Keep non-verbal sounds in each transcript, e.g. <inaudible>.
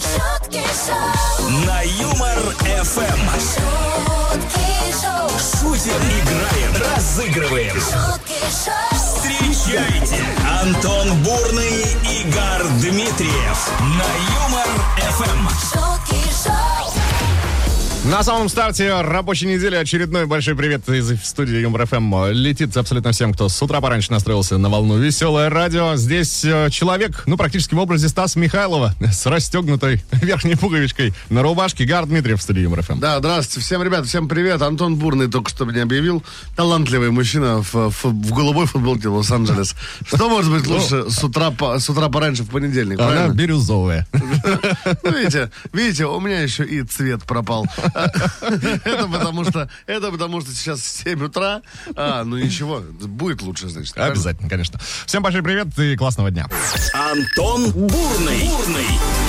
Шутки шоу. На Юмор ФМ Шутки шоу. шутим, играем, разыгрываем. Шутки шоу. Встречайте Антон Бурный, Игорь Дмитриев на Юмор Эм. ФМ. Шутки шоу. На самом старте рабочей недели очередной большой привет из студии Юмор ФМ летит абсолютно всем, кто с утра пораньше настроился на волну Веселое радио. Здесь э, человек, ну, практически в образе Стаса Михайлова с расстегнутой <laughs> верхней пуговичкой на рубашке. Гар Дмитриев в студии Юмор ФМ. Да, здравствуйте всем, ребят, всем привет. Антон Бурный только что меня объявил. Талантливый мужчина в, в- в голубой футболке Лос-Анджелес. Что может быть лучше с утра, по- с утра пораньше в понедельник, Ну. Она правильно? бирюзовая. <laughs> Ну, Видите, видите, у меня еще и цвет пропал. <laughs> Это потому что, это потому что сейчас 7 утра. А, ну ничего, будет лучше, значит. правильно? Обязательно, конечно. Всем большой привет и классного дня. Антон Бурный, Бурный,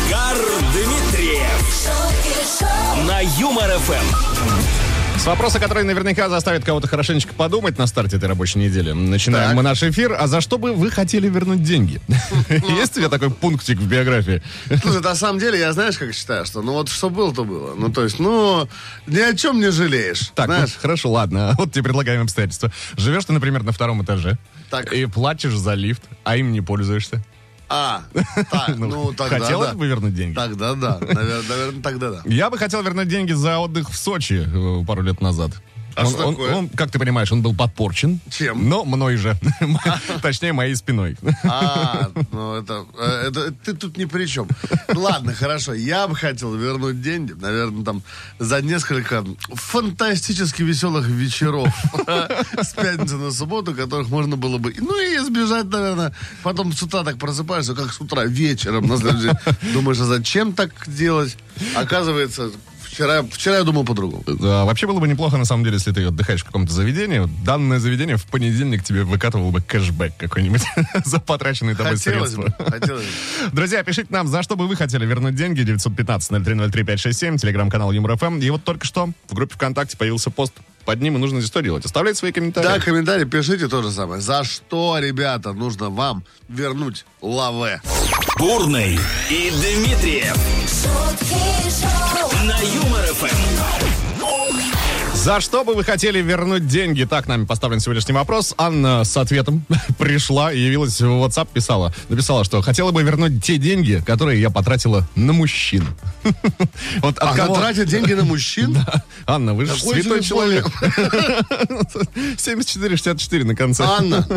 Гар Дмитриев Шутки шоу. на Юмор Эм. ФМ. С вопроса, который наверняка заставит кого-то хорошенечко подумать на старте этой рабочей недели. Начинаем Так. мы наш эфир. А за что бы вы хотели вернуть <laughs> деньги? Есть у тебя такой пунктик в биографии? Слушай, на самом деле, я знаешь, как считаю, что ну вот что было, то было. Ну, то есть, ну, ни о чем не жалеешь. Так, ну, знаешь? хорошо, ладно. <laughs> А Вот тебе предлагаем обстоятельства. Живешь ты, например, на втором этаже. Так. И платишь за лифт, а им не пользуешься. А, <laughs> так, ну тогда хотелось да. бы вернуть деньги? Тогда да, наверное, наверное, тогда да. Я бы хотел вернуть деньги за отдых в Сочи э, пару лет назад. А он, что он- такое? он, как ты понимаешь, он был подпорчен. Чем? Но мной <laughs> же. <laughs> Точнее, моей спиной. А, ну это, э, это ты тут ни при чем. Ну, Ладно, хорошо, я бы хотел вернуть деньги, наверное, там за несколько фантастически веселых вечеров с пятницы на субботу, которых можно было бы, ну и избежать, наверное, потом с утра так просыпаешься, как с утра вечером на следующий день. Думаешь, а зачем так делать? Оказывается, вчера, вчера я думал по-другому. Да, э, Вообще было бы неплохо, на самом деле, если ты отдыхаешь в каком-то заведении. вот Данное заведение в понедельник тебе выкатывало бы кэшбэк какой-нибудь <laughs> за потраченные тобой Хотелось бы, средства. хотелось бы. Друзья, пишите нам, за что бы вы хотели вернуть деньги. 915-0303-567, телеграм-канал Юмор-ФМ. И вот только что в группе ВКонтакте появился пост. Под ним и нужно здесь что делать? Оставлять свои комментарии. Да, комментарии пишите то же самое. За что, ребята, нужно вам вернуть лаве? Бурный и Дмитриев Шутки шоу. на Юмор Эм. ФМ. За что бы вы хотели вернуть деньги? Так нами поставлен сегодняшний вопрос. Анна с ответом <laughs> пришла и явилась в WhatsApp, писала. Написала, что хотела бы вернуть те деньги, которые я потратила на мужчин. <laughs> А, ну Вот от Она кого- тратит деньги на мужчин? <laughs> Анна, вы же Какой святой человек? человек. <laughs> 74-64 на конце. Анна,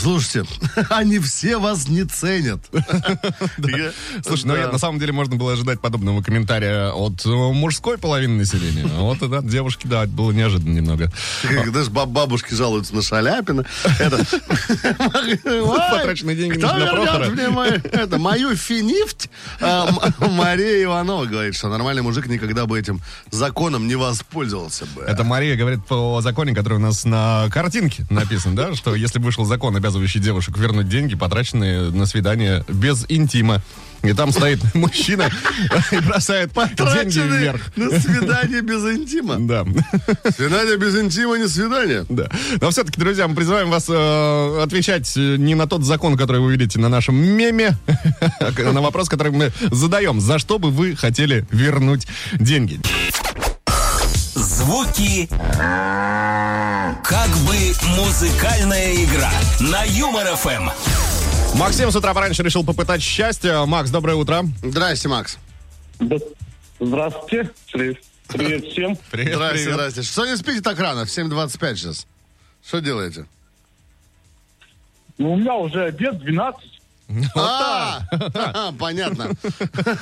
слушайте, <laughs> они все вас <laughs> не ценят. Я- Слушай, ну Да. я- на самом деле можно было ожидать подобного комментария от э, мужской половины населения. А вот и да, от девушки, да, это было неожиданно немного. Как, Знаешь, баб- бабушки жалуются <laughs> на Шаляпина. Это... Ой, Потраченные деньги кто на вернет Прохора? мне мою- это, мою финифть? А, М- <laughs> Мария Иванова говорит, что нормальный мужик никогда бы этим законом не воспользовался бы. Это Мария говорит по законе, который у нас на картинке написан, да, что если бы вышел закон, обязывающий девушек вернуть деньги, потраченные на свидание без интима, и там стоит <laughs> мужчина и бросает деньги Потраченные вверх. на свидание без интима. <laughs> Да. Свидание без интима не свидание. Да. Но все-таки, друзья, мы призываем вас э, отвечать э, не на тот закон, который вы видите на нашем меме, <laughs> а на вопрос, который мы задаем. За что бы вы хотели вернуть деньги? Звуки как бы музыкальная игра на Юмор Эм. ФМ. Максим с утра пораньше решил попытать счастье. Макс, доброе утро. Здрасте, Макс. Да- Здравствуйте. Привет. Привет всем. Привет, Здрасте, здрасте. Что не спите так рано? В 7.25 сейчас. Что делаете? Ну, у меня уже обед 12. А, ха-ха, <laughs> понятно.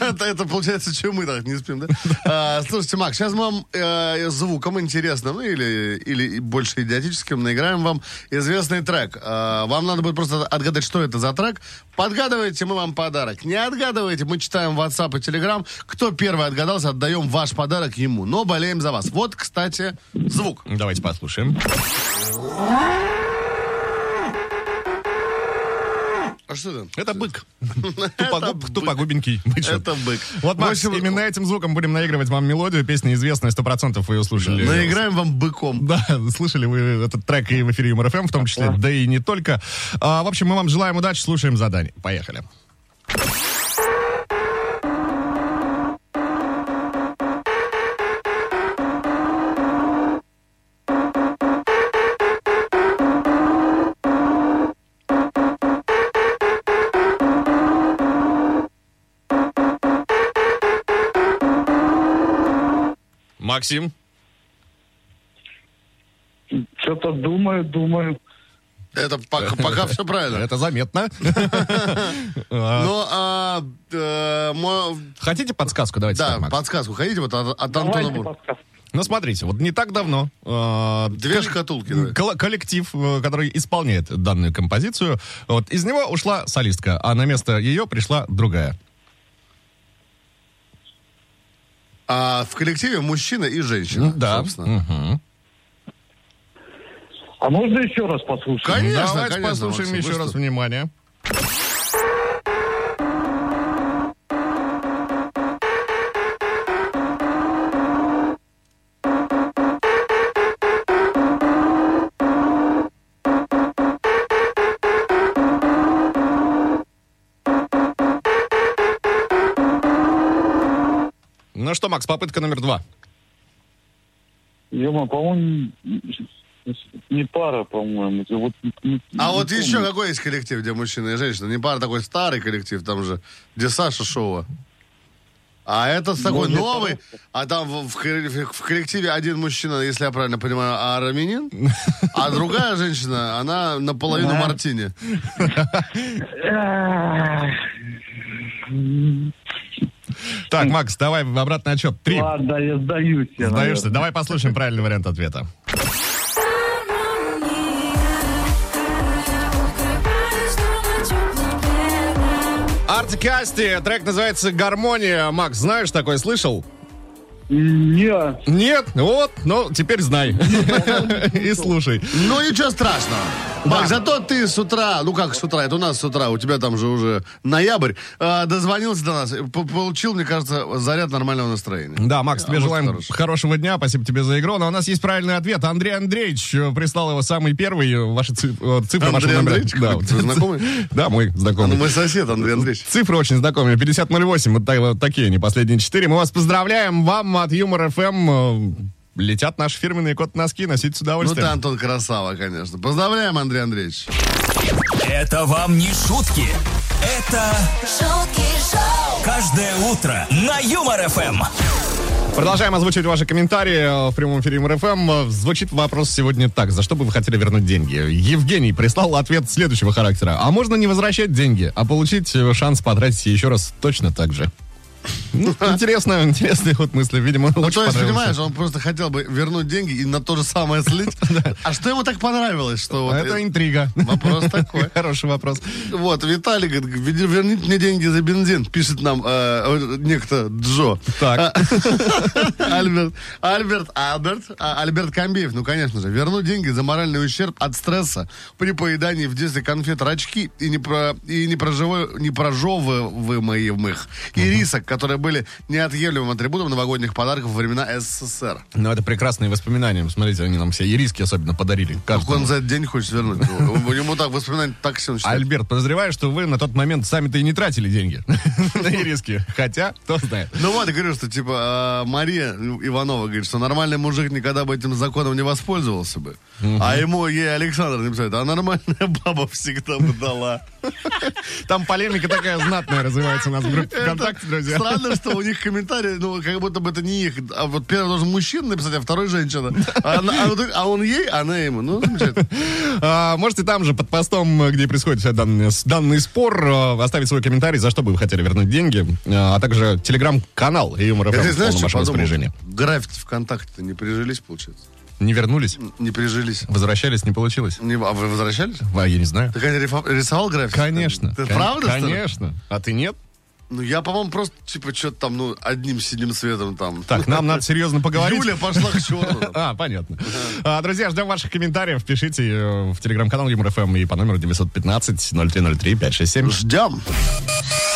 Это, это получается, что мы так не спим, да? А, Слушайте, Макс, сейчас мы вам э, звуком интересным ну, или, или и больше идиотическим наиграем вам известный трек. А, Вам надо будет просто отгадать, что это за трек. Подгадываете, мы вам подарок. Не отгадываете, мы читаем WhatsApp и Telegram. Кто первый отгадался, отдаем ваш подарок ему. Но болеем за вас. Вот, кстати, звук. Давайте послушаем. А что это? Это <laughs> бык. Тупогуб- бык. Тупогубенький бычок. Это бык. Вот, Макс, В общем, именно этим звуком будем наигрывать вам мелодию. Песня известная, сто процентов вы ее слушали. Наиграем вам быком. Да, слышали вы этот трек и в эфире Юмор ФМ в том числе, да и не только. А, в общем, мы вам желаем удачи, слушаем задание. Поехали. Максим? Что-то думаю, думаю. Это пока, пока все <laughs> правильно. Это заметно. Но а, э, мо- Хотите подсказку? Давайте да, так, Макс. подсказку. Хотите вот от, от Антона Давайте Бур? подсказку. Ну, смотрите, вот не так давно э, Две шкатулки. давай. Кол- коллектив, э, который исполняет данную композицию, вот из него ушла солистка, а на место ее пришла другая. А в коллективе мужчина и женщина, Да. собственно. Мгм. А можно еще раз послушать? Конечно, Давайте конечно, послушаем Максим, вы еще раз что? внимание. Ну что, Макс, попытка номер два. Ема, по-моему, не пара, по-моему. Это Вот, не- А не вот помню. еще какой есть коллектив, где мужчина и женщина? Не пара такой старый коллектив, там же, где Саша Шоу. А это с такой Может, новый, а там в, в кол- в коллективе один мужчина, если я правильно понимаю, <laughs> армянин, а другая женщина, она наполовину Да. мартини. Эх, Так, Макс, давай в обратный отчет. Три. Ладно, я сдаюсь. я, Сдаешься? наверное. Давай послушаем правильный вариант ответа. Артикасти, трек называется «Гармония». Макс, знаешь такой, слышал? Не, Нет? Вот, ну, теперь знай. И слушай. Ну, ничего страшного. Да. Бак, зато ты с утра, ну как с утра, это у нас с утра, у тебя там же уже ноябрь, э, дозвонился до нас, и по- получил, мне кажется, заряд нормального настроения. Да, Макс, А тебе может, желаем хороший. хорошего дня, спасибо тебе за игру. Но у нас есть правильный ответ. Андрей Андреевич э, прислал его самый первый, э, ваши циф- э, цифры Андрей вашего номера. Андреевич? Да, Какой-то вот. знакомый? <laughs> Да, мой Ну, знакомый. мой сосед, Андрей Андреевич. Цифры очень знакомые. 5008, вот, так- вот такие они, последние четыре. Мы вас поздравляем, вам от Юмор ФМ летят наши фирменные кот-носки, носите с Ну, удовольствием. ты, Антон, красава, конечно. Поздравляем, Андрей Андреевич. Это вам не шутки. Это шутки шоу, каждое утро на Юмор ФМ. Продолжаем озвучивать ваши комментарии э, в прямом эфире МРФМ. Э, Звучит вопрос сегодня так. За что бы вы хотели вернуть деньги? Евгений прислал ответ следующего характера. А можно не возвращать деньги, а получить э, шанс потратить еще раз точно так же? <laughs> Ну, интересно, интересный ход мысли. Видимо, Ну, очень то есть, понравился. понимаешь, он просто хотел бы вернуть деньги и на то же <laughs> самое слить. А что ему так понравилось, что вот... А Это э, интрига. <laughs> <laughs> Вопрос такой. Хороший вопрос. Вот, Виталий говорит, «Вер- верните мне деньги за бензин, пишет нам э, вот некто Джо. Так. а. <laughs> Альберт, Альберт, Альберт, а, Альберт Камбеев, ну, конечно же, верну деньги за моральный ущерб от стресса при поедании в детстве конфет рачки и, не про, и не, проживаю, не прожевываемых и рисок, которые были неотъемлемым атрибутом новогодних подарков во времена СССР. Ну, это прекрасные воспоминания. Смотрите, они нам все ириски особенно подарили. Как Каждому. он за этот день хочет вернуть? Ему так воспоминания так сильно считают. Альберт, подозреваю, что вы на тот момент сами-то и не тратили деньги <laughs> на ириски. Хотя, кто знает. Ну вот, я говорю, что типа э, Мария Иванова говорит, что нормальный мужик никогда бы этим законом не воспользовался бы. А ему ей Александр написал, а нормальная баба всегда бы <laughs> дала. Там полемика такая знатная развивается у нас в группе ВКонтакте, друзья. Странно, что у них комментарии, ну, как будто бы это не их. А вот первый должен мужчина написать, а второй женщина. А, она- а вот так, а он ей, а она ему. Ну, <laughs> замечательно. А, можете там же, под постом, э, где происходит вся данная- с- данный спор, э, оставить свой комментарий, за что бы вы хотели вернуть деньги, э, а также телеграм-канал и юмор Я, ФМ в ты полном знаешь, что вашем подумал? распоряжении. Граффити ВКонтакте-то не прижились, получается? Не вернулись? Не прижились. Возвращались, не получилось? Не- а вы возвращались? А, я не знаю. Ты, конечно, рифа- рисовал граффити? Конечно. Ты Кон- правда, что ли? Конечно. А ты <laughs> нет? Ну, я, по-моему, просто, типа, что-то там, ну, одним синим цветом там. Так, нам надо серьезно поговорить. Юля пошла к черту. <laughs> А, понятно. А, друзья, ждем ваших комментариев. Пишите э, в телеграм-канал Юмор ФМ и по номеру 915-0303-567. Ждем.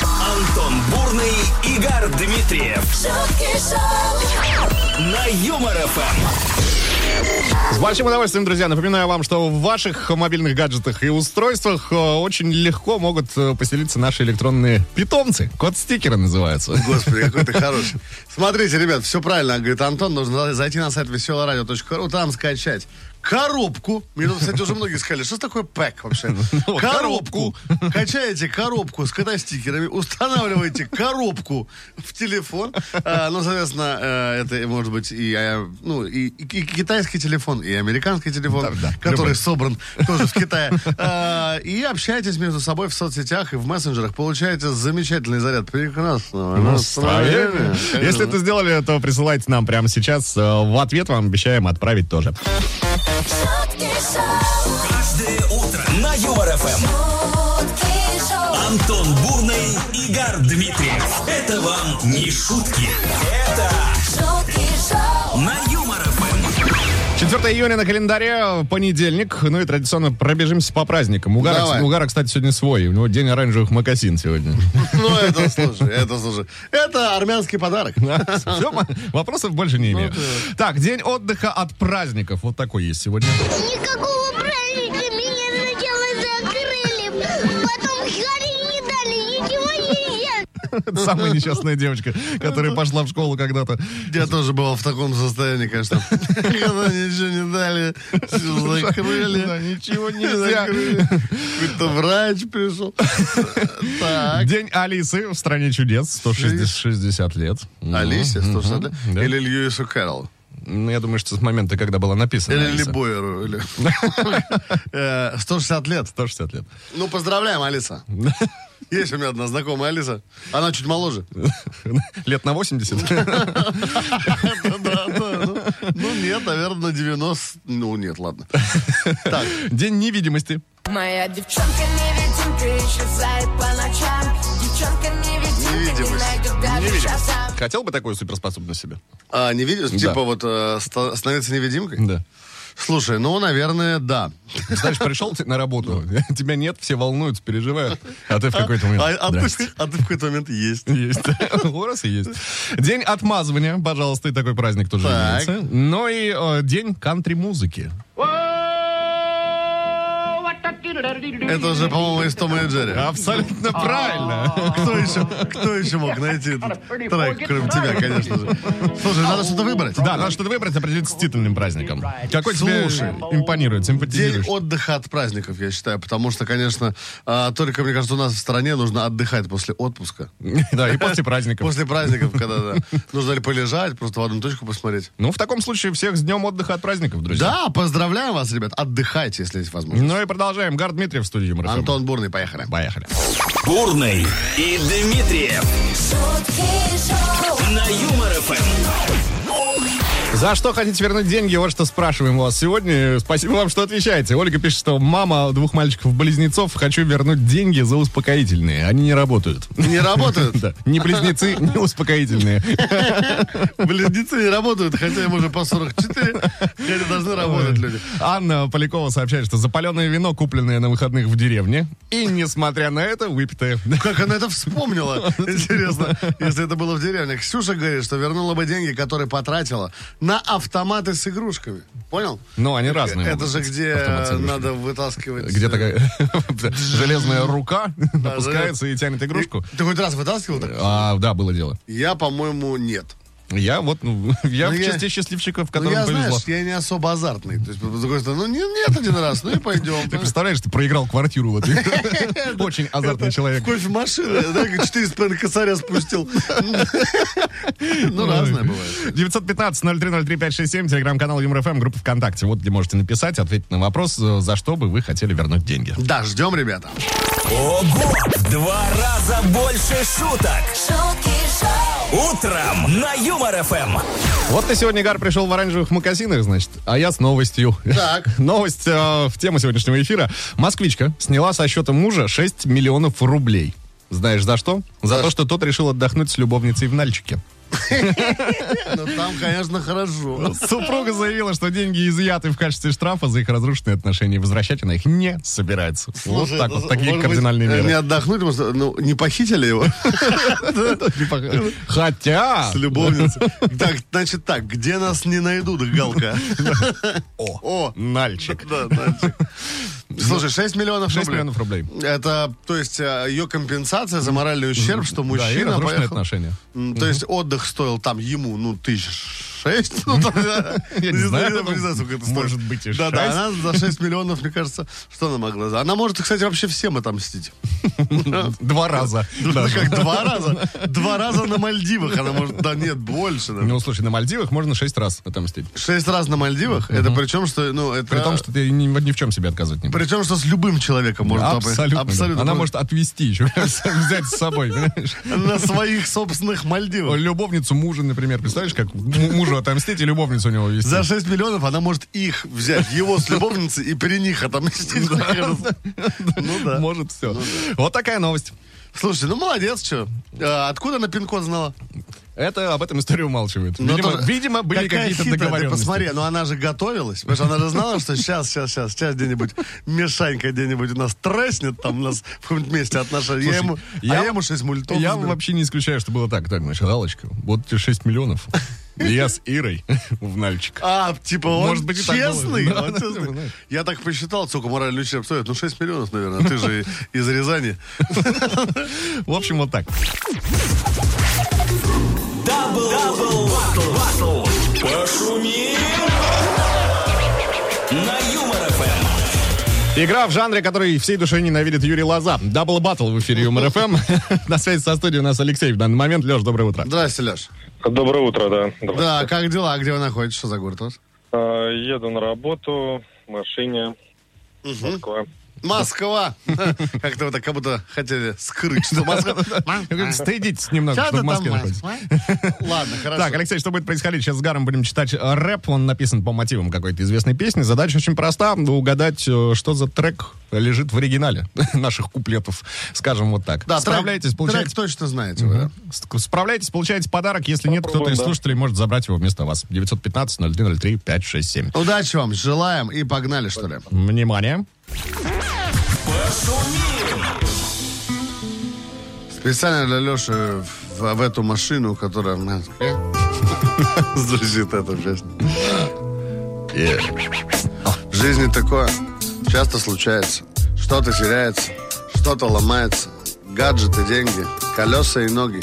Антон Бурный, Игорь Дмитриев шутки шоу, на Юмор ФМ. С большим удовольствием, друзья, напоминаю вам, что в ваших мобильных гаджетах и устройствах э, очень легко могут э, поселиться наши электронные питомцы. Код-стикеры называются. Господи, какой ты хороший. Смотрите, ребят, все правильно, говорит Антон. Нужно зайти на сайт веселорадио.ру, там скачать коробку. Мне тут, кстати, уже многие сказали, что такое пэк вообще? <laughs> Ну, Коробку. Качаете коробку с катастикерами, устанавливаете коробку в телефон. А, Ну, соответственно, э, это может быть и э, ну, и- и китайский телефон, и американский телефон, да, любой. который собран тоже в Китае. А, И общаетесь между собой в соцсетях и в мессенджерах. Получаете замечательный заряд прекрасного настроения. Если это сделали, то присылайте нам прямо сейчас. Э, В ответ вам обещаем отправить тоже. шутки шоу, Каждое утро на Юмор ФМ. шутки шоу, Антон Бурный, Игорь Дмитриев. Это вам не шутки. Это шутки шоу, на Юмор ФМ. 4 июня на календаре, понедельник. Ну и традиционно пробежимся по праздникам. У Гара, Давай. у Гара, кстати, сегодня свой. У него день оранжевых мокасин сегодня. Ну, это слушай, это слушай. Это армянский подарок. Всё, м- вопросов больше не имею. Так, день отдыха от праздников. Вот такой есть сегодня. Никакого праздника меня сначала закрыли, потом жарить не дали, ничего не ел. Это Самая несчастная девочка, которая пошла в школу когда-то. Я тоже был в таком состоянии, конечно. Когда ничего не дали, всё Да, закрыли. ничего нельзя. Закрыли. Какой-то врач пришел. Так. День Алисы в стране чудес. 160 60 лет. Алисе, Мгм, 160 лет? да. Или Льюису Кэрролл? Ну, я думаю, что с момента, когда была написана Или Алиса. Ли Бойеру? или- <laughs> Э, 160 лет. 160 лет. <laughs> Ну, поздравляем, Алиса. <laughs> Есть у меня одна знакомая Алиса. Она чуть моложе. Лет на 80. Да, да, да. Ну, Ну, нет, наверное, 90... Ну, нет, ладно. Так, <laughs> День невидимости. Моя девчонка невидимка исчезает по ночам. Девчонка невидимка не Невидимость. найдет даже часа. Хотел бы такую суперспособность себе? а не видишь? Да. Типа вот э, ста- становиться невидимкой? Да. Слушай, ну, наверное, да. Знаешь, пришел ты на работу, <laughs> тебя нет, все волнуются, переживают, а ты в какой-то момент... А, а «Здрасте». <laughs> ты, а ты в какой-то момент есть. Есть. <laughs> У раз и есть. День отмазывания, пожалуйста, и такой праздник тоже Так. имеется. Ну и э, день кантри-музыки. Это уже, по-моему, из Тома и Джерри. А, Абсолютно правильно. Кто еще, кто еще мог найти этот трек, кроме тебя, конечно же? Слушай, надо что-то выбрать. Да, надо что-то выбрать, определиться с титульным праздником. Какой Слушай. тебе импонирует, День симпатизируешь? отдыха от праздников, я считаю, потому что, конечно, а, только, мне кажется, у нас в стране нужно отдыхать после отпуска. Да, и после праздников. После праздников, когда да, нужно ли полежать, просто в одну точку посмотреть. Ну, в таком случае всех с днем отдыха от праздников, друзья. Да, поздравляем вас, ребят. Отдыхайте, если есть возможность. Ну и продолжаем. Гар Дмитриев в студии Юмор ФМ. Антон Бурный, поехали. Поехали. Бурный и Дмитриев шутки шоу, на Юмор ФМ. За что хотите вернуть деньги? Вот что спрашиваем у вас сегодня. Спасибо вам, что отвечаете. Ольга пишет, что мама двух мальчиков-близнецов, хочу вернуть деньги за успокоительные. Они не работают. <laughs> Не работают? Да, не близнецы, не успокоительные. Близнецы не работают, хотя им уже по 44, хотя должны работать люди. Анна Полякова сообщает, что запаленное вино, купленное на выходных в деревне, и, несмотря на это, выпитое. Как она это вспомнила, интересно, если это было в деревне. Ксюша говорит, что вернула бы деньги, которые потратила, на автоматы с игрушками. Понял? Ну, они разные. Это могут же быть, где автомат с игрушками. надо вытаскивать... Где э, <laughs> такая железная рука да, опускается и тянет игрушку. Ты хоть раз вытаскивал так? А, да, было дело. Я, по-моему, нет. Я вот, ну, <laughs> я Ну, в я- числе счастливчиков, Ну, которым я, повезло. знаешь, я не особо азартный. То есть, с другой стороны, ну, не- нет один раз, ну и пойдем. <laughs> Ты представляешь, ты проиграл квартиру <laughs> вот. <laughs> Очень азартный человек. Кофемашина, да, как 4,5 косаря спустил. <laughs> Ну, разное бывает. 915-0303-567, телеграм-канал ЮморФМ, группа ВКонтакте. Вот где можете написать, ответить на вопрос, э, за что бы вы хотели вернуть деньги. Да, ждем, ребята. Ого! В два раза больше шуток. шутки шоу, Утром на Юмор ФМ. Вот ты сегодня, Гар, пришел в оранжевых магазинах, значит, а я с новостью. <laughs> Так. Новость э, в тему сегодняшнего эфира. Москвичка сняла со счета мужа 6 миллионов рублей. Знаешь, за что? За, За то, ш- что тот решил отдохнуть с любовницей в Нальчике. <laughs> Ну, там, конечно, хорошо. Супруга заявила, что деньги изъяты в качестве штрафа за их разрушенные отношения. Возвращать она их не собирается. Слушай, вот так это, вот, такие может кардинальные быть, э, <laughs> Не меры. отдохнуть, потому что, ну, не <laughs> похитили его Ну, типа, Хотя... с любовницей. Так, значит так, где нас не найдут, <laughs> Галка? О, О. ну, Нальчик. Да, значит. Слушай, 6 миллионов 6 рублей. миллионов рублей. Это, то есть, э, ее компенсация за моральный ущерб, Да, что и мужчина разрушенные поехал... отношения. М, То есть отдых стоил там ему, ну, тысяч 6? Ну, тогда... <laughs> Я не знаю, я не знаю, сколько это стоит. может быть, и Да, да, шесть. она за 6 миллионов, мне кажется, что она могла? за- Она может, кстати, вообще всем отомстить. Два раза. <laughs> Да даже. как, два раза? Два раза на Мальдивах она может... Да нет, больше. даже. Ну, слушай, на Мальдивах можно шесть раз отомстить. Шесть раз на Мальдивах? Это причем, что... Ну, это... При том, что ты ни, ни в чем себе отказать не будешь. Причем, что с любым человеком может топать. Абсолютно. да. Абсолютно. Она может отвезти еще, <laughs> взять с собой, понимаешь? На своих собственных Мальдивах. Любовницу мужа, например, представляешь, как му- мужу отомстить и любовницу у него вести. За 6 миллионов она может их взять, его с любовницы, и при них отомстить. мне кажется. Ну да. Может все. Вот такая новость. Слушай, ну молодец, что. Откуда она пин-код знала? Это об этом история умалчивает. Ну, Видимо, это- видимо, были какая какие-то хитрая, ты договоренности. Посмотри, ну, а но она же готовилась. Потому что она же знала, что сейчас, сейчас, сейчас, сейчас где-нибудь Мишанька где-нибудь у нас треснет, там у нас в каком-нибудь месте отношения. Я Слушай, ему, я- а я ему 6 мультов. Я заберу. вообще не исключаю, что было так. Так, значит, Аллочка, вот тебе 6 <laughs> миллионов. И Я с Ирой <laughs> в Нальчик. А, типа он Может быть, и так было. честный? <laughs> Да, он да, честный. да, да. Я так посчитал, сколько моральный ущерб стоит. Ну, 6 миллионов, наверное. Ты же из Рязани. В общем, вот так. Дабл, дабл, батл, батл. Пошумим на Юмор ФМ. Игра в жанре, который всей душой ненавидит Юрий Лоза. Дабл баттл в эфире <laughs> Юмор ФМ. <laughs> На связи со студией у нас Алексей в данный момент. Леш, доброе утро. Здрасте, Леш. Доброе утро, да. Доброе. Да, как дела? Где вы находитесь? Что за город у вас? А, Еду на работу в машине. Москва. Москва. <laughs> Как-то вы так как будто хотели скрыть, что Москва. Ну, Стыдитесь немного, а. Чё что ты в Москве там, находитесь. Москва? Ладно, хорошо. <laughs> Так, Алексей, что будет происходить? Сейчас с Гаром будем читать э, рэп. Он написан по мотивам какой-то известной песни. Задача очень проста. Угадать, э, что за трек лежит в оригинале <laughs> наших куплетов. Скажем вот так. Да, Справляйтесь, трек- получаете... Трек точно знаете вы, да? Ск- Справляйтесь, получаете подарок. Если нет, кто-то Попробуем, из да. слушателей может забрать его вместо вас. 915-0303-567. Удачи вам, желаем и погнали, что ли. Внимание. Специально для Леши в, в эту машину, которая э, в <laughs> Москве. Звучит это ужасно. Э, В жизни такое часто случается. Что-то теряется, что-то ломается. Гаджеты, деньги, колеса и ноги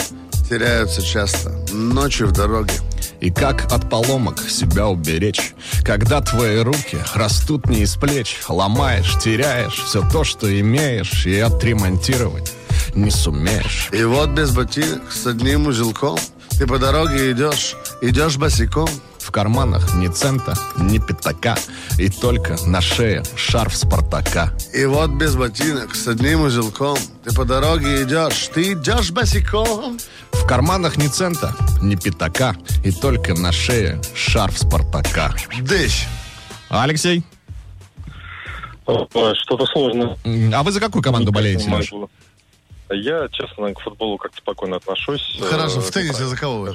теряются часто. Ночью в дороге. И как от поломок себя уберечь, когда твои руки растут не из плеч, ломаешь, теряешь все то, что имеешь, и отремонтировать не сумеешь. И вот без ботинок с одним узелком ты по дороге идешь, идешь босиком. В карманах ни цента, ни пятака, и только на шее шарф Спартака. И вот без ботинок с одним узелком ты по дороге идешь, ты идешь босиком. В карманах ни цента, ни пятака, и только на шее шарф Спартака. <laughs> Дыщ. Алексей, Ой, Что-то сложно. м, а вы за какую команду болеете, Леш? Могу. Я, честно, к футболу как-то спокойно отношусь. Хорошо, Э, в теннисе за кого вы?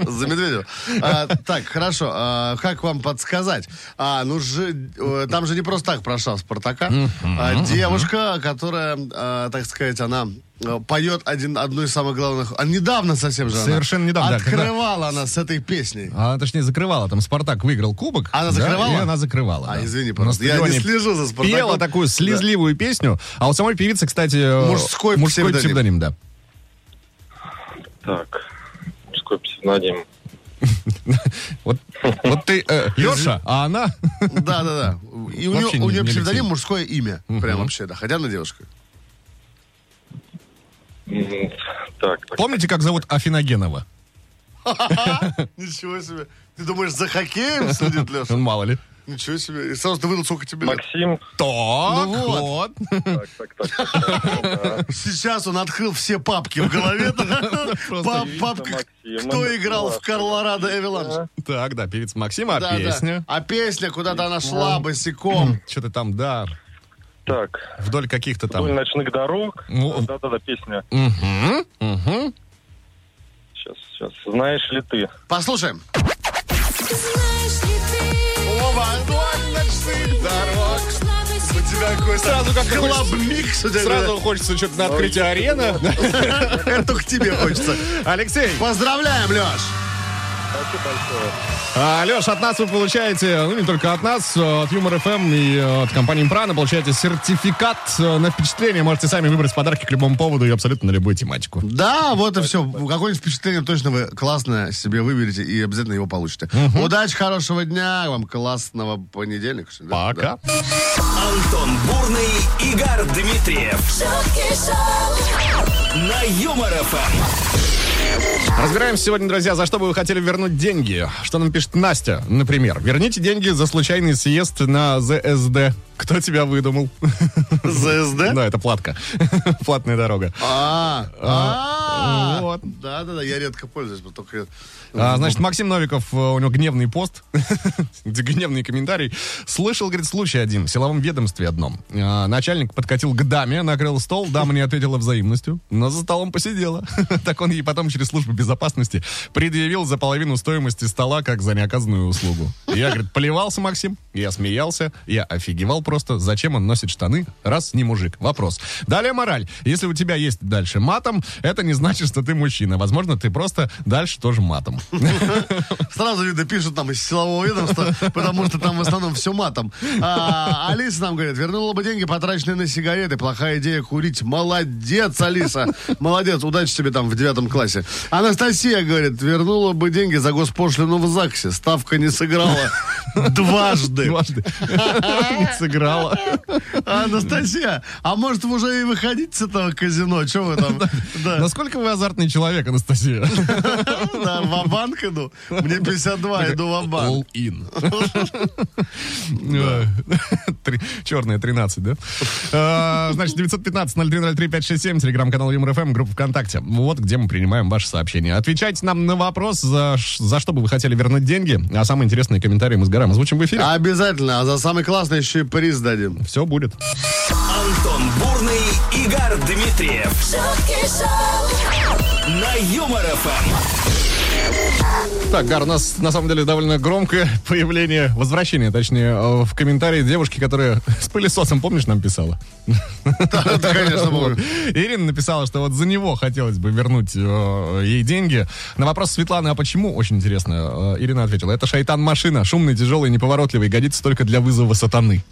За Медведева. А, Так, хорошо. а, Как вам подсказать? А, ну же, э, там же не просто так прошла Спартака. А, Девушка, которая, а, так сказать, она э, поет один, одну из самых главных... А недавно совсем же она. Совершенно недавно, да, Открывала она с этой песней. А, точнее, закрывала. Там Спартак выиграл кубок. Она да, закрывала? и она закрывала. А, да. извини, На пожалуйста, я не стадионе слежу за «Спартаком». Пела такую слезливую песню. А у самой певицы, кстати, э, Мужской мужской псевдоним. псевдоним. да. Так, мужской псевдоним. Вот, вот ты Леша, а она... <laughs> Да, да, да. И у Вообще нее, не- у нее не псевдоним Алексей. мужское имя. Прям вообще, да. Хотя она девушка. М, Так, так. Помните, как зовут Афиногенова? <laughs> Ничего себе. Ты думаешь, за хоккеем следит Леша? Ну, мало ли. Ничего себе. И сразу ты выдал, сколько тебе лет. Максим. Так, Ну вот. вот. Так, так, так. Сейчас он открыл все папки в голове. Пап- Папка, Максим. кто играл в Карлорадо Эвеланж. <laughs> Так, да, певица Максима, а Да, да. песня? А песня куда-то она шла босиком. Что-то там, да, Так, вдоль каких-то вдоль там... ночных дорог. Ну, Да-да-да, песня. Мгм, мгм. Сейчас, сейчас. Знаешь ли ты? Послушаем. Знаешь ли ты, Оба, вдоль ночных дорог. шла бы У тебя какой сразу как клаб-микс. у тебя, Сразу хочется что-то на открытие арены. <laughs> да. Это к тебе хочется. Алексей, Поздравляем, Леш. Спасибо большое. А, Леш, от нас вы получаете, ну не только от нас, э, от Юмор ФМ и э, от компании Импрана получаете сертификат э, на впечатление. Можете сами выбрать подарки к любому поводу и абсолютно на любую тематику. Да, вот и все. Какое-нибудь впечатление точно вы классное себе выберете и обязательно его получите. Удачи, хорошего дня, вам классного понедельника. что ли, да? Пока. Антон Бурный, Игорь Дмитриев шутки шоу, на Юмор ФМ. Разбираемся сегодня, друзья, за что бы вы хотели вернуть деньги. Что нам пишет Настя, например. Верните деньги за случайный съезд на ЗСД. Кто тебя выдумал? Да. ЗСД? <laughs> Да, это платка. Платная дорога. А, а, Вот. Да, да, да, я редко пользуюсь, вот только... А, значит, Максим Новиков, э, у него гневный пост, <laughs> где гневный комментарий. Слышал, говорит, случай один в силовом ведомстве одном. А, начальник подкатил к даме, накрыл стол, дама не ответила взаимностью, но за столом посидела. <laughs> так он ей потом через службу безопасности предъявил за половину стоимости стола как за неоказанную услугу. Я, говорит, плевался, Максим, я смеялся, я офигевал просто, зачем он носит штаны, раз не мужик. Вопрос. Далее мораль. Если у тебя есть дальше матом, это не значит, что ты мужчина. Возможно, ты просто дальше тоже матом. Сразу видно пишут там из силового ведомства, потому что там в основном все матом. А, Алиса нам говорит, вернула бы деньги, потраченные на сигареты. Плохая идея курить. Молодец, Алиса. Молодец. Удачи тебе там в девятом классе. Анастасия говорит, вернула бы деньги за госпошлину в ЗАГСе. Ставка не сыграла. Дважды. Дважды. <laughs> Не сыграла. Анастасия, а может вы уже и выходить с этого казино? Че <laughs> вы там? Да, <laughs> Насколько вы азартный человек, Анастасия? да, ва-банк иду. Мне 52, иду All ва-банк. in. Э, <laughs> Черная, 13, да? А, Значит, 915-0303-567, телеграм-канал ЮморФМ, группа ВКонтакте. Вот где мы принимаем ваши сообщения. Отвечайте нам на вопрос, за, ш- за что бы вы хотели вернуть деньги, а самые интересные комментарии мы с горам озвучим в эфире. Обязательно, а за самый классный еще и приз дадим. Все будет. Антон Бурный, Игорь Дмитриев шутки шоу, на Юмор ФМ. Так, Гар, у нас на самом деле довольно громкое <laughs> появление, возвращение, точнее, э, в комментарии девушки, которая <laughs> с пылесосом, помнишь, нам писала? Да, да, <laughs> конечно, Вот. помню. Ирина написала, что вот за него хотелось бы вернуть э, ей деньги. На вопрос Светланы, а почему, очень интересно, э, Ирина ответила, это шайтан-машина, шумный, тяжелый, неповоротливый, годится только для вызова <laughs> сатаны.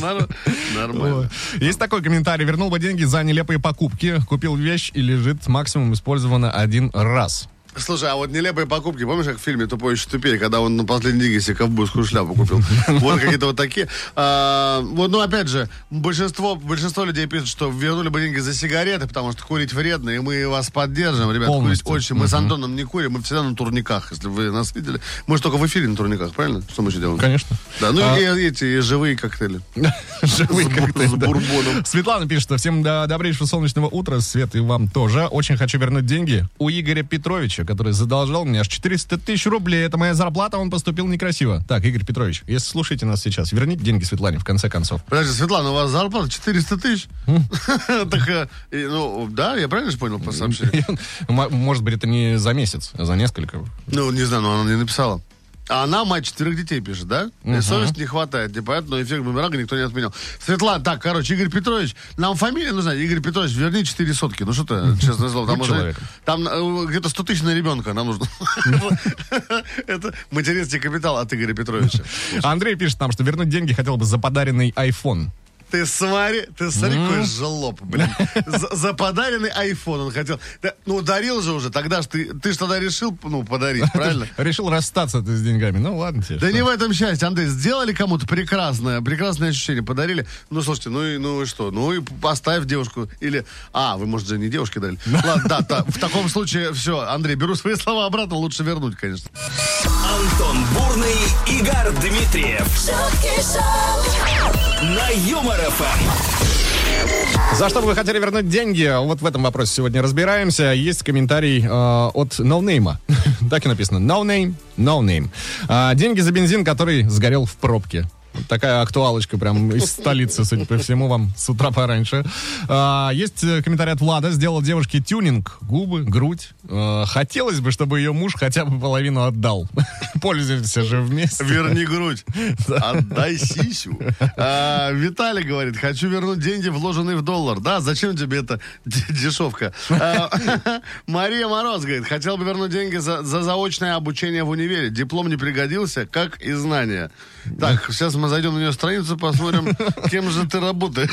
Нар- Нормально. Есть такой комментарий, вернул бы деньги за нелепые покупки, купил вещь и лежит максимум использована один раз. Слушай, а вот нелепые покупки, помнишь, как в фильме «Тупой еще тупее», когда он на последние деньги себе ковбойскую шляпу <laughs> купил? Вот какие-то вот такие. А, Вот, ну, опять же, большинство, большинство людей пишут, что вернули бы деньги за сигареты, потому что курить вредно, и мы вас поддержим, ребят, курить Полностью. очень. Мы с Антоном не курим, мы всегда на турниках, если вы нас видели. Мы же только в эфире на турниках, правильно? Что мы еще делаем? Конечно. А Да, ну и эти и живые коктейли. <laughs> Живые С бур- коктейли, с да. бурбоном. Светлана пишет, что всем до- добрейшего солнечного утра, Свет, и вам тоже. Очень хочу вернуть деньги у Игоря Петровича, который задолжал мне аж 400 тысяч рублей. Это моя зарплата, он поступил некрасиво. Так, Игорь Петрович, если слушаете нас сейчас, верните деньги Светлане, в конце концов. <laughs> Подожди, Светлана, у вас зарплата 400 тысяч? <laughs> Так, э, и, ну, да, я правильно же понял <laughs> по сообщению? М- Может быть, это не за месяц, а за несколько. Ну, не знаю, но она не написала. А она мать четверых детей пишет, да? И совести не хватает, не понятно, но эффект бумеранга никто не отменял. Светлана, так, короче, Игорь Петрович, нам фамилия нужна. Игорь Петрович, верни 4 сотки. Ну что ты, честное слово, там Будь уже... человеком. Там э, где-то 100 тысяч на ребенка нам нужно. <laughs> Это материнский капитал от Игоря Петровича. <laughs> Андрей пишет нам, что вернуть деньги хотел бы за подаренный iPhone. Ты смотри, ты смотри, какой жлоб, блин. За, за подаренный iPhone он хотел. Да, ну, дарил же уже, тогда ж ты, ты ж тогда решил, ну, подарить, <laughs> правильно? Решил расстаться ты с деньгами. Ну, ладно тебе. Да что. не в этом счастье, Андрей. Сделали кому-то прекрасное, прекрасное ощущение, подарили. Ну, слушайте, ну и, ну и что? Ну и поставь девушку. Или, а, вы, может, же не девушке дарили. Ладно, да, да, в таком случае все. Андрей, беру свои слова обратно, лучше вернуть, конечно. Антон Бурный, Игорь Дмитриев шутки шоу, на Юмор ФМ. За что бы вы хотели вернуть деньги? Вот в этом вопросе сегодня разбираемся. Есть комментарий э, от ноунейма. <laughs> так и написано. No name, no name. А, деньги за бензин, который сгорел в пробке. Такая актуалочка прям из столицы, судя по всему, вам с утра пораньше. А, Есть э, комментарий от Влада. Сделал девушке тюнинг, губы, грудь. Э, Хотелось бы, чтобы ее муж хотя бы половину отдал. <laughs> Пользуемся же вместе. <laughs> Верни грудь. Отдай сисю. А, Виталий говорит, хочу вернуть деньги, вложенные в доллар. Да, зачем тебе эта де- дешевка? А, <laughs> Мария Мороз говорит, хотел бы вернуть деньги за, за заочное обучение в универе. Диплом не пригодился, как и знания. Так, сейчас мы зайдем на ее страницу, посмотрим, кем же ты <laughs> работаешь.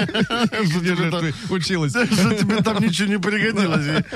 Что Где тебе же там- ты училась? что тебе там ничего не пригодилось. Знаете.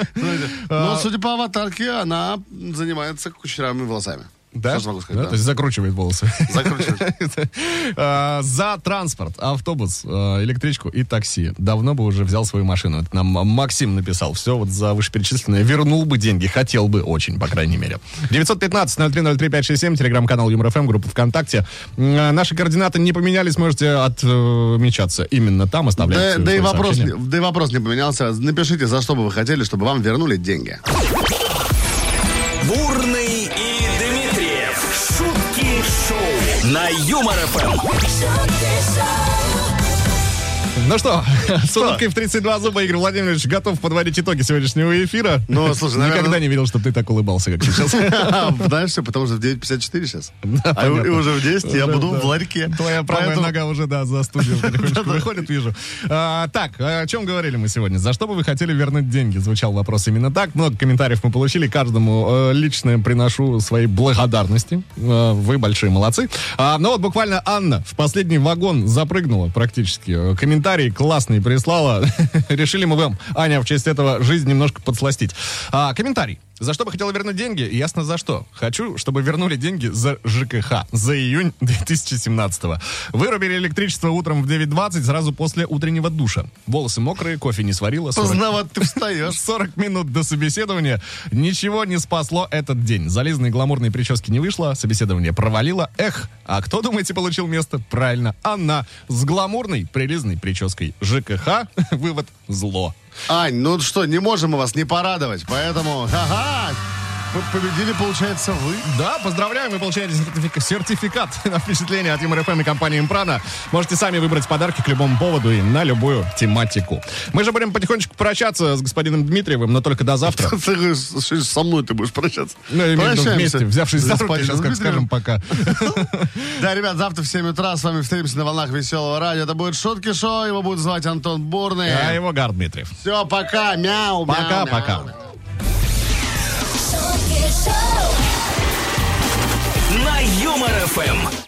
А. Но, судя по аватарке, она занимается кучерами волосами. Да? Ну, Что ж могу Да, сказать? То есть закручивает волосы. Закручивает. А, За транспорт, автобус, а, электричку и такси. Давно бы уже взял свою машину. Это нам Максим написал. Все вот за вышеперечисленное. Вернул бы деньги. Хотел бы очень, по крайней мере. 915-0303-567, телеграм-канал ЮморФМ, группа ВКонтакте. М, а, Наши координаты не поменялись, можете отмечаться. Именно там Да, оставляйте. да и свои вопрос, сообщения. не- да и вопрос не поменялся. Напишите, за что бы вы хотели, чтобы вам вернули деньги. <laughs> Бурный и Дмитриев. Шутки шоу. На Юмор ФМ. шутки шоу, Ну что, <laughs> с улыбкой в 32 зуба Игорь Владимирович готов подводить итоги сегодняшнего эфира. Ну, слушай, <laughs> наверное- Никогда не видел, чтобы ты так улыбался, как сейчас. Знаешь что, потому что в <laughs> 9.54 сейчас. А и- и уже в 10 я Да, буду да. в ларьке. Твоя правая Поэтому- <laughs> нога уже, да, за студию потихонечку выходит, вижу. А, Так, о чем говорили мы сегодня? За что бы вы хотели вернуть деньги? Звучал вопрос именно так. Много комментариев мы получили. Каждому э, лично приношу свои благодарности. Э, Вы большие молодцы. А, Ну вот буквально Анна в последний вагон запрыгнула практически. Э, Комментарий классный прислала. <laughs> Решили мы вам, Аня, в честь этого жизнь немножко подсластить. А, Комментарий. За что бы хотела вернуть деньги? Ясно за что. Хочу, чтобы вернули деньги за ЖКХ за июнь <laughs> 2017-го. Вырубили электричество утром в 9.20, сразу после утреннего душа. Волосы мокрые, кофе не сварила. 40, Поздновато <laughs> ты встаешь. 40 минут до собеседования. Ничего не спасло этот день. Залезной гламурной прически не вышло, собеседование провалило. Эх, а кто, думаете, получил место? Правильно, она. С гламурной, прилизной прической ЖКХ. <laughs> Вывод – зло. Ань, ну что, не можем мы вас не порадовать, поэтому... Ага! П- Победили, получается, вы. <laughs> Да, поздравляем, вы получаете сертифика- сертификат <laughs> на впечатление от Юмор ФМ и компании Импрана. Можете сами выбрать подарки к любому поводу и на любую тематику. Мы же будем потихонечку прощаться с господином Дмитриевым, но только до <laughs> завтра. Ты говоришь, что со мной ты будешь прощаться. Ну, я имею в виду Прощаемся. вместе, взявшись за руки, Господин сейчас как Дмитриев. скажем пока. <laughs> Да, ребят, завтра в 7 утра с вами встретимся на волнах Веселого радио. Это будет Шутки Шоу, его будет звать Антон Бурный. А его Гар Дмитриев. Все, пока, мяу, мяу, мяу. Пока-пока. шутки шоу. На Юмор ФМ.